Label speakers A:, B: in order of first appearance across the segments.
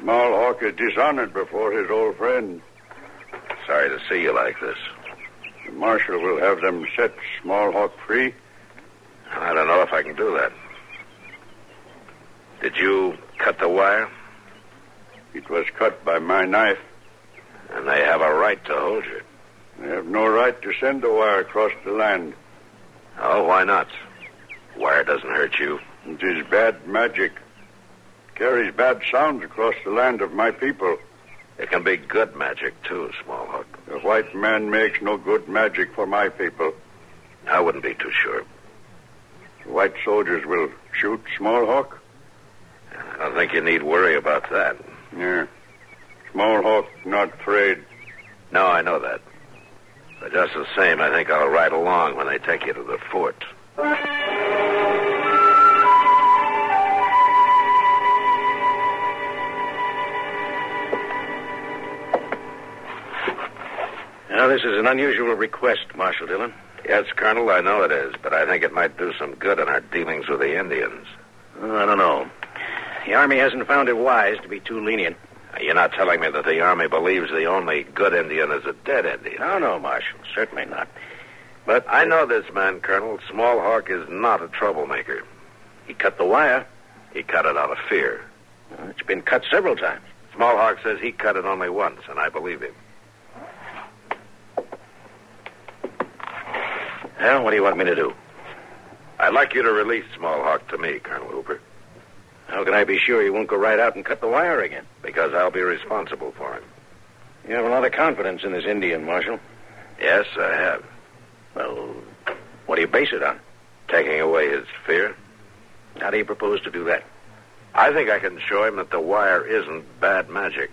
A: Small Hawk is dishonored before his old friend.
B: Sorry to see you like this.
A: The marshal will have them set Small Hawk free.
B: I don't know if I can do that. Did you cut the wire?
A: It was cut by my knife.
B: And they have a right to hold you.
A: They have no right to send a wire across the land.
B: Oh, why not? Wire doesn't hurt you.
A: It is bad magic. Carries bad sounds across the land of my people.
B: It can be good magic, too, Smallhawk.
A: The white man makes no good magic for my people.
B: I wouldn't be too sure.
A: The white soldiers will shoot Smallhawk.
B: I don't think you need worry about that.
A: Yeah. Smallhawk not afraid.
B: No, I know that. But just the same, I think I'll ride along when they take you to the fort.
C: Now, this is an unusual request, Marshal Dillon.
B: Yes, Colonel, I know it is, but I think it might do some good in our dealings with the Indians.
C: Uh, I don't know. The Army hasn't found it wise to be too lenient.
B: You're not telling me that the Army believes the only good Indian is a dead Indian.
C: No, no, Marshal. Certainly not.
B: But I know this man, Colonel. Smallhawk is not a troublemaker.
C: He cut the wire.
B: He cut it out of fear.
C: Well, it's been cut several times.
B: Smallhawk says he cut it only once, and I believe him.
C: Well, what do you want me to do?
B: I'd like you to release Smallhawk to me, Colonel Hooper,
C: How can I be sure he won't go right out and cut the wire again?
B: because I'll be responsible for him.
C: You have a lot of confidence in this Indian, Marshal.
B: Yes, I have.
C: Well, what do you base it on?
B: Taking away his fear.
C: How do you propose to do that?
B: I think I can show him that the wire isn't bad magic.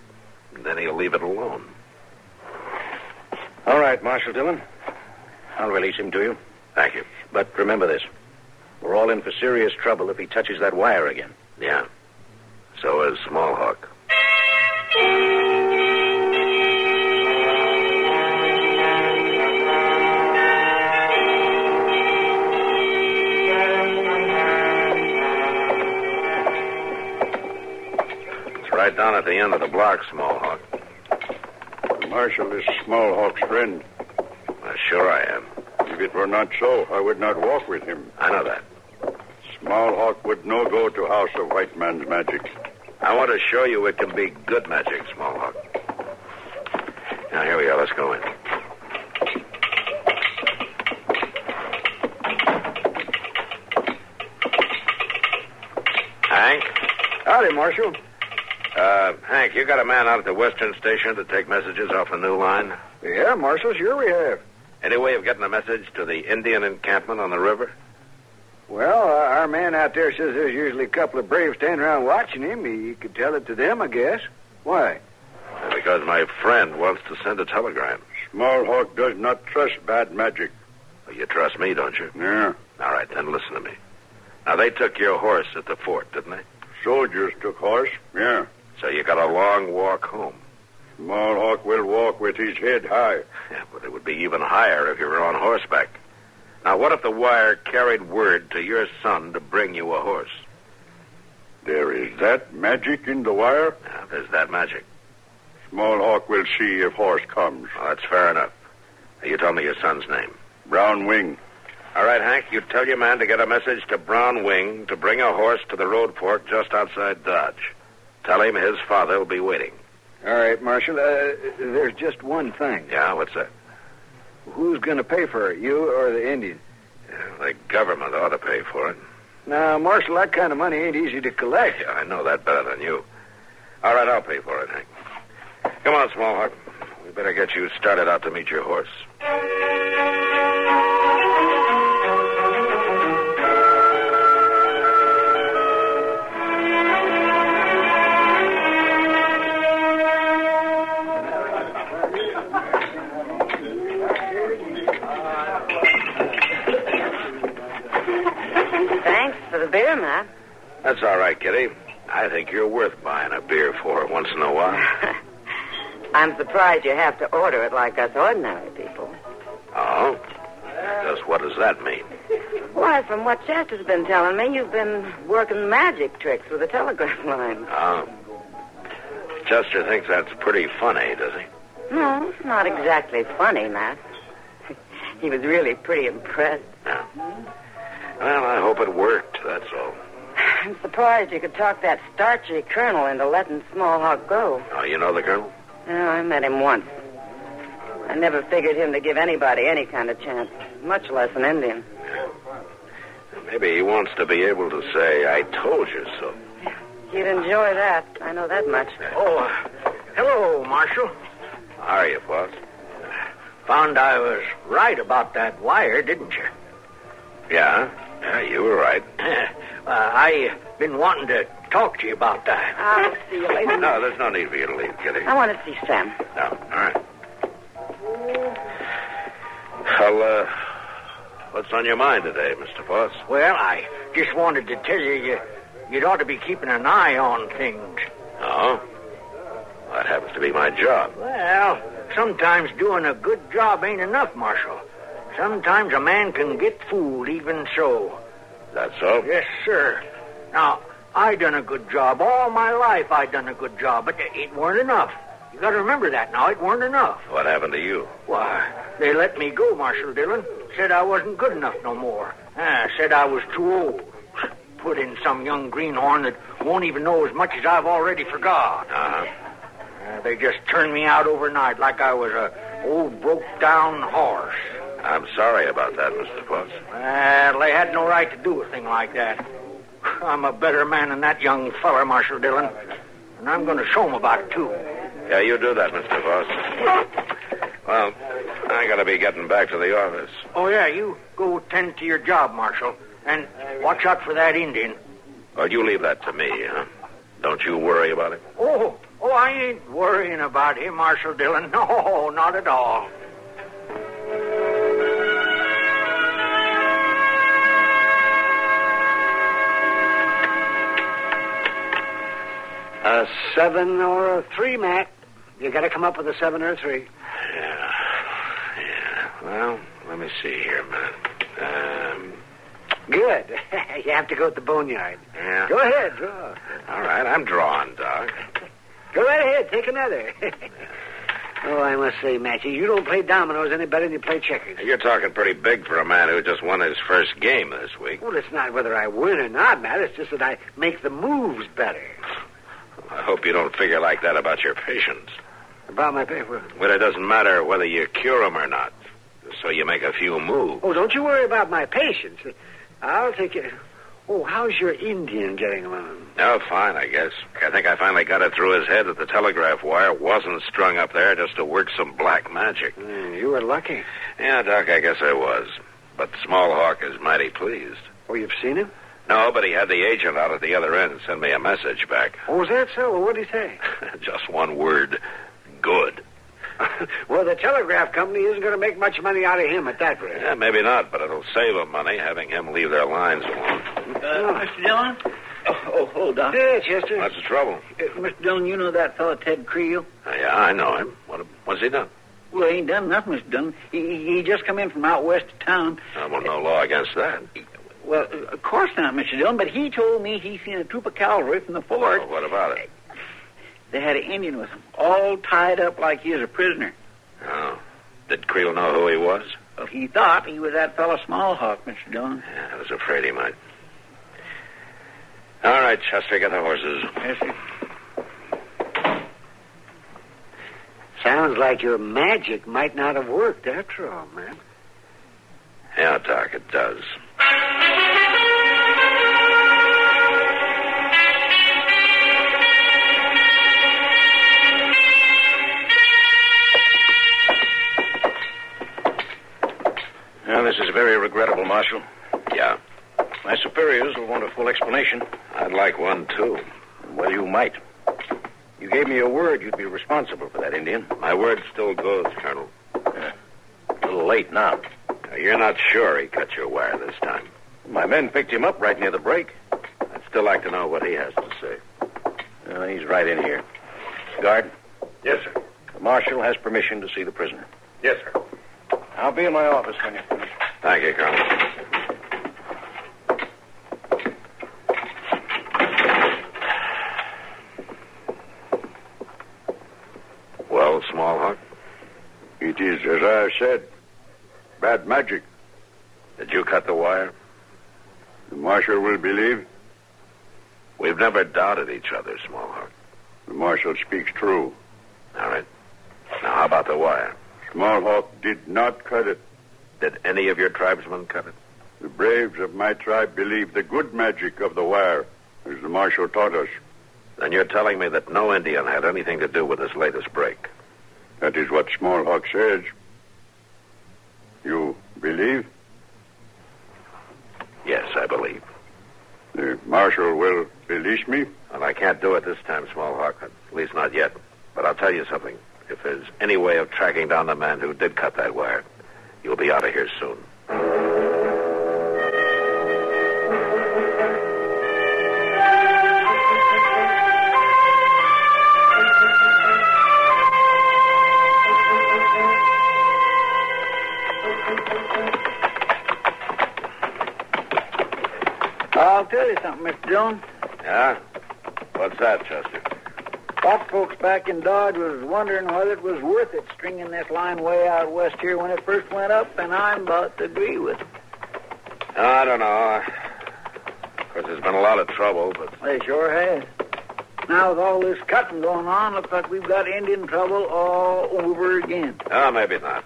B: Then he'll leave it alone.
C: All right, Marshal Dillon. I'll release him to you.
B: Thank you.
C: But remember this. We're all in for serious trouble if he touches that wire again.
B: Yeah. So is Smallhawk. It's Right down at the end of the block, Smallhawk.
A: The marshal is Smallhawk's friend.
B: Uh, sure I am.
A: If it were not so, I would not walk with him.
B: I know that.
A: Smallhawk would no go to house of white man's magic.
B: I want to show you it can be good magic, Smallhawk. Now, here we are. Let's go in. Hank?
D: Howdy, Marshal.
B: Uh, Hank, you got a man out at the Western Station to take messages off the new line?
D: Yeah, Marshal, sure we have.
B: Any way of getting a message to the Indian encampment on the river?
D: Well, uh, our man out there says there's usually a couple of braves standing around watching him. He could tell it to them, I guess. Why?
B: Because my friend wants to send a telegram.
A: Smallhawk does not trust bad magic.
B: You trust me, don't you?
A: Yeah.
B: All right, then listen to me. Now, they took your horse at the fort, didn't they?
A: Soldiers took horse. Yeah.
B: So you got a long walk home.
A: Smallhawk will walk with his head high.
B: Yeah, but it would be even higher if you were on horseback. Now, what if the wire carried word to your son to bring you a horse?
A: There is that magic in the wire.
B: Now, there's that magic.
A: Smallhawk will see if horse comes.
B: Well, Oh, that's fair enough. Now, you tell me your son's name.
A: Brown wing.
B: All right, Hank, you tell your man to get a message to Brown Wing to bring a horse to the road fork just outside Dodge. Tell him his father will be waiting.
D: All right, Marshal. Uh, there's just one thing.
B: Yeah, what's that?
D: Who's going to pay for it, you or the Indian?
B: Yeah, the government ought to pay for it.
D: Now, Marshal, that kind of money ain't easy to collect.
B: Yeah, I know that better than you. All right, I'll pay for it, Hank. Come on, Smallhawk. We better get you started out to meet your horse.
E: Thanks for the beer, Matt.
B: That's all right, Kitty. I think you're worth buying a beer for once in a while.
E: I'm surprised you have to order it like us ordinary people.
B: Oh? Just what does that mean?
E: Why, from what Chester's been telling me, you've been working magic tricks with the telegraph line.
C: Um,
B: Oh. Chester thinks that's pretty funny, does he?
E: No, it's not exactly funny, Matt. he was really pretty impressed.
B: Well, I hope it worked, that's all.
E: I'm surprised you could talk that starchy colonel into letting Smallhawk go.
B: Oh, you know the colonel?
E: Yeah, I met him once. I never figured him to give anybody any kind of chance, much less an Indian.
C: Maybe he wants to be able to say, I told you so.
E: He'd enjoy that. I know that much.
F: Oh, uh, hello, Marshal.
C: How are you, boss?
F: Found I was right about that wire, didn't you?
C: Yeah? Yeah, you were right.
F: Uh, I've been wanting to talk to you about that.
E: I'll see you later.
C: No, there's no need for you to leave, Kitty.
E: I want to see Sam.
C: No, all right. Well, uh, what's on your mind today, Mr. Boss?
F: Well, I just wanted to tell you, you you'd ought to be keeping an eye on things.
C: No? That happens to be my job.
F: Well, sometimes doing a good job ain't enough, Marshal. Sometimes a man can get fooled even so.
C: That's so?
F: Yes, sir. Now, I done a good job. All my life I done a good job, but it weren't enough. You gotta remember that now. It weren't enough.
C: What happened to you?
F: Why, they let me go, Marshal Dillon. Said I wasn't good enough no more. Ah, said I was too old. Put in some young greenhorn that won't even know as much as I've already forgot.
C: Uh-huh.
F: Uh, they just turned me out overnight like I was a old broke-down horse.
C: I'm sorry about that, Mr. Potts.
F: Well, they had no right to do a thing like that. I'm a better man than that young feller, Marshal Dillon. And I'm going to show him about it, too.
C: Yeah, you do that, Mr. Voss. Well, I gotta be getting back to the office.
F: Oh, yeah, you go tend to your job, Marshal. And watch out for that Indian.
C: Well, you leave that to me, huh? Don't you worry about it.
F: Oh, oh, I ain't worrying about him, Marshal Dillon. No, not at all.
G: A seven or a three, Mac. You gotta come up with a seven or a three.
C: Yeah. Yeah. Well, let me see here, man. Um,
G: Good. you have to go at the boneyard.
C: yeah.
G: Go ahead, draw.
C: All right, I'm drawing, Doc.
G: Go right ahead, take another. oh, I must say, Matchy, you don't play dominoes any better than you play checkers.
C: You're talking pretty big for a man who just won his first game this week.
G: Well, it's not whether I win or not, Matt. It's just that I make the moves better.
C: I hope you don't figure like that about your patients.
G: About my paper.
C: Well, it doesn't matter whether you cure 'em or not. So you make a few moves.
G: Oh, don't you worry about my patience. I'll take it. Oh, how's your Indian getting along?
C: Oh, fine, I guess. I think I finally got it through his head that the telegraph wire wasn't strung up there just to work some black magic.
G: Hmm, you were lucky.
C: Yeah, Doc, I guess I was. But Small Hawk is mighty pleased.
G: Oh, you've seen him?
C: No, but he had the agent out at the other end send me a message back.
G: Oh, is that so? Well, what'd he say?
C: Just one word good.
G: well, the telegraph company isn't going to make much money out of him at that rate.
C: Yeah, maybe not, but it'll save them money having him leave their lines alone.
F: Uh, Mr. Dillon? Oh, oh, hold on.
G: Yeah, Chester.
C: That's the trouble. Uh,
F: Uh, Mr. Dillon, you know that fellow Ted Creel?
C: Yeah, I know him. What, what's he done?
F: Well, he ain't done nothing, Mr. Dillon. He, he just come in from out west of town.
C: Uh, well, no law against that.
F: Well, uh, of course not, Mr. Dillon, but he told me he seen a troop of cavalry from the fort.
C: Well, what about it?
F: They had an Indian with them, all tied up like he was a prisoner.
C: Oh. Did Creel know who he was?
F: Well, he thought he was that fellow Smallhawk, Mr. Dillon.
C: Yeah, I was afraid he might. All right, Chester, get the horses.
F: Yes, sir.
G: Sounds like your magic might not have worked after all, man.
C: Yeah, Doc, it does.
B: Now, this is very regrettable, Marshal.
C: Yeah,
B: My superiors will want a full explanation.
C: I'd like one, too.
B: Well, you might. You gave me your word you'd be responsible for that Indian.
C: My word still goes, Colonel.
B: A little late now.
C: Now, you're not sure he cut your wire this time.
B: My men picked him up right near the break.
C: I'd still like to know what he has to say.
B: Uh, he's right in here. Guard,
C: Yes, sir.
B: the marshal has permission to see the prisoner.
C: Yes, sir.
B: I'll be in my office when you finish.
C: Thank you, Colonel. Well, Small Hawk,
A: It is, as I said, bad magic.
C: did you cut the wire?
A: The marshal will believe.
C: We've never doubted each other, Small Hawk.
A: The marshal speaks true.
C: All right. Now, how about the wire?
A: Smallhawk did not cut it.
C: Did any of your tribesmen cut it?
A: The braves of my tribe believe the good magic of the wire, as the marshal taught us.
C: Then you're telling me that no Indian had anything to do with this latest break.
A: That is what Smallhawk says. You believe?
C: Yes, I believe.
A: The marshal will release me?
C: And I can't do it this time, Smallhawk. At least not yet. But I'll tell you something. If there's any way of tracking down the man who did cut that wire, you'll be out of here soon.
B: I'll tell you something, Mr. Jones.
C: Yeah? What's that, Chester?
B: Lot folks back in Dodge was wondering whether it was worth it stringing this line way out west here when it first went up, and I'm about to agree with them.
C: I don't know. Of course, there's been a lot of trouble, but
B: They sure has. Now with all this cutting going on, looks like we've got Indian trouble all over again.
C: Oh, maybe not.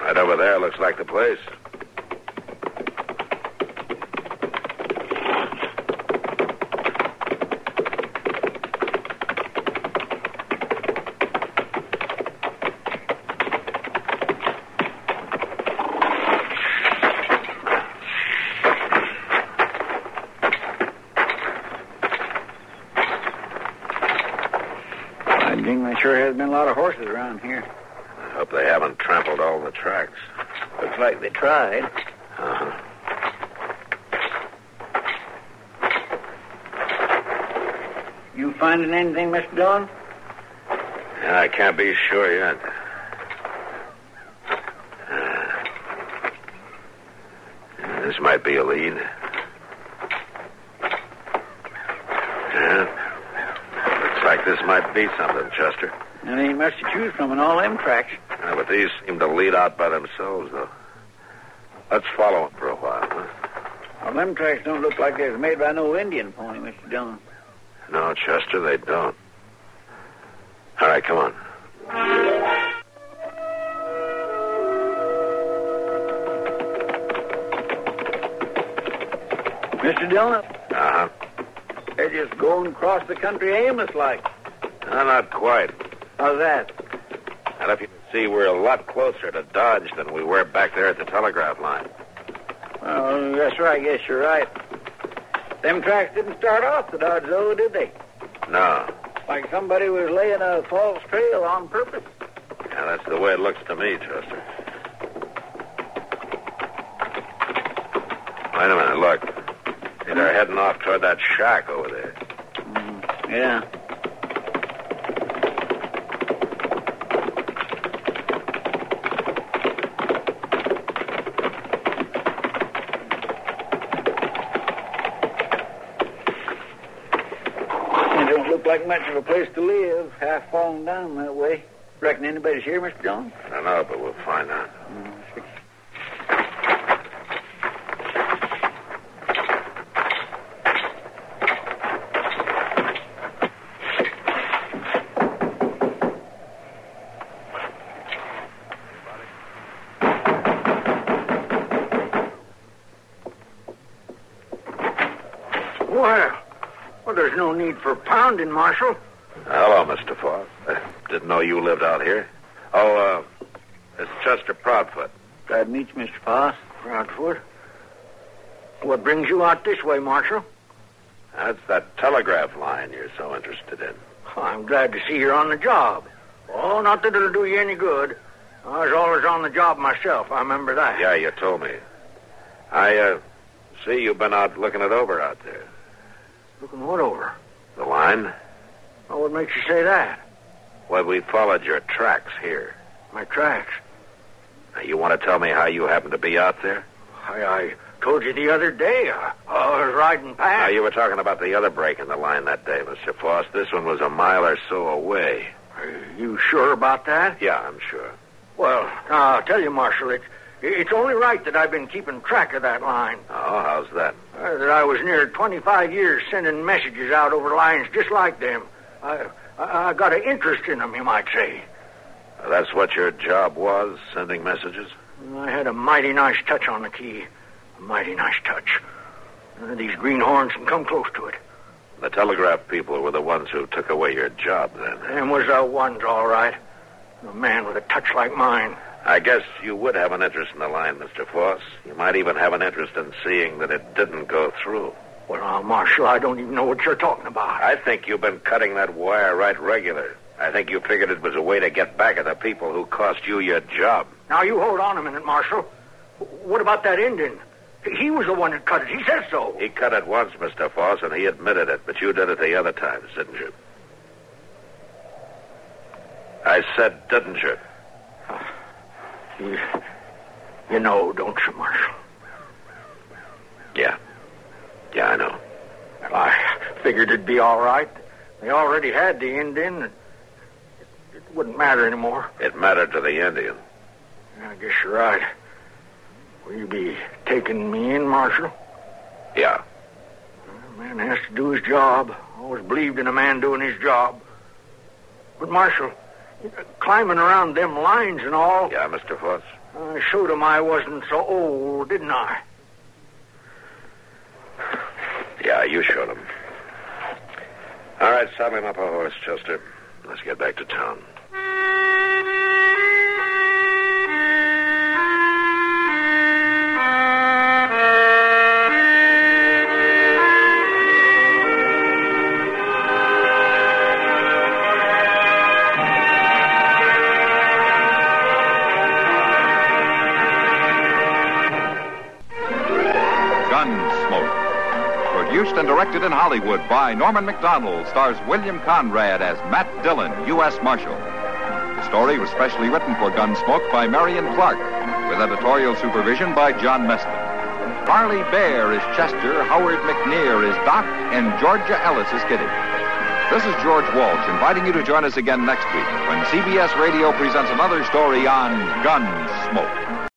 C: Right over there looks like the place.
B: I think there sure has been a lot of horses around here.
C: I hope they haven't trampled all the tracks.
B: Looks like they tried.
C: Uh-huh.
B: You finding anything, Mr. Dillon?
C: Yeah, I can't be sure yet. Uh, this might be a lead. Yeah. Looks like this might be something, Chester.
B: There ain't much to choose from in all them tracks.
C: Yeah, but these seem to lead out by themselves, though. Let's follow them for a while, huh?
B: Well, them tracks don't look like they was made by no Indian pony, Mr. Dillon.
C: No, Chester, they don't. All right, come on.
B: Mr. Dillon,
C: Uh huh.
B: they're just going across the country aimless like.
C: No, Uh, not quite.
B: How's that?
C: And if you can see, we're a lot closer to Dodge than we were back there at the telegraph line.
B: Oh, that's right. I guess you're right. Them tracks didn't start off the Dodge, though, did they?
C: No.
B: Like somebody was laying a false trail on purpose.
C: Yeah, that's the way it looks to me, Chester. Wait a minute, look. See, They're heading off toward that shack over there.
B: Yeah. It don't look like much of a place to live, half fallen down that way. Reckon anybody's here, Mr. Jones?
C: I don't know, but we'll find out.
F: Well, well, there's no need for pounding, Marshal.
C: Hello, Mr. Fox. Uh, didn't know you lived out here. Oh, uh, it's Chester Proudfoot.
B: Glad to meet you, Mr. Foss.
F: Proudfoot. What brings you out this way, Marshal?
C: That's that telegraph line you're so interested in.
F: Oh, I'm glad to see you're on the job. Oh, not that it'll do you any good. I was always on the job myself. I remember that.
C: Yeah, you told me. I, uh, see you've been out looking it over out there.
F: Looking what over?
C: The line?
F: Oh, what makes you say that?
C: Well, we followed your tracks here.
F: My tracks.
C: Now, you want to tell me how you happened to be out there?
F: I, I told you the other day. I, I was riding
C: Now,
F: past.
C: you were talking about the other break in the line that day, Mr. Foss. This one was a mile or so away.
F: Are you sure about that?
C: Yeah, I'm sure.
F: Well, now, I'll tell you, Marshal, it's, it's only right that I've been keeping track of that line.
C: Oh, how's that?
F: Uh, that I was near 25 years sending messages out over lines just like them. I, I, I got an interest in them, you might say.
C: That's what your job was, sending messages?
F: I had a mighty nice touch on the key. A mighty nice touch. None of these greenhorns can come close to it.
C: The telegraph people were the ones who took away your job then.
F: And was the ones all right. A man with a touch like mine.
C: I guess you would have an interest in the line, Mr. Force. You might even have an interest in seeing that it didn't go through.
F: Well, now, Marshal, I don't even know what you're talking about.
C: I think you've been cutting that wire right regular. I think you figured it was a way to get back at the people who cost you your job.
F: Now, you hold on a minute, Marshal. What about that Indian? He was the one that cut it. He said so.
C: He cut it once, Mr. Foss, and he admitted it, but you did it the other times, didn't you? I said, didn't you?
F: Uh, you, you know, don't you, Marshal?
C: Yeah. Yeah, I know.
F: Well, I figured it'd be all right. They already had the Indian. It, it wouldn't matter anymore.
C: It mattered to the Indian.
F: I guess you're right. Will you be taking me in, Marshal?
C: Yeah.
F: A man has to do his job. Always believed in a man doing his job. But, Marshal, climbing around them lines and all.
C: Yeah, Mr. Foss.
F: I showed him I wasn't so old, didn't I?
C: Yeah, you showed him. All right, saddle him up a horse, Chester. Let's get back to town.
H: and directed in Hollywood by Norman McDonald, stars William Conrad as Matt Dillon, U.S. Marshal. The story was specially written for Gunsmoke by Marion Clark, with editorial supervision by John Meston. Harley Bear is Chester, Howard McNear is Doc, and Georgia Ellis is Kitty. This is George Walsh inviting you to join us again next week when CBS Radio presents another story on Gunsmoke.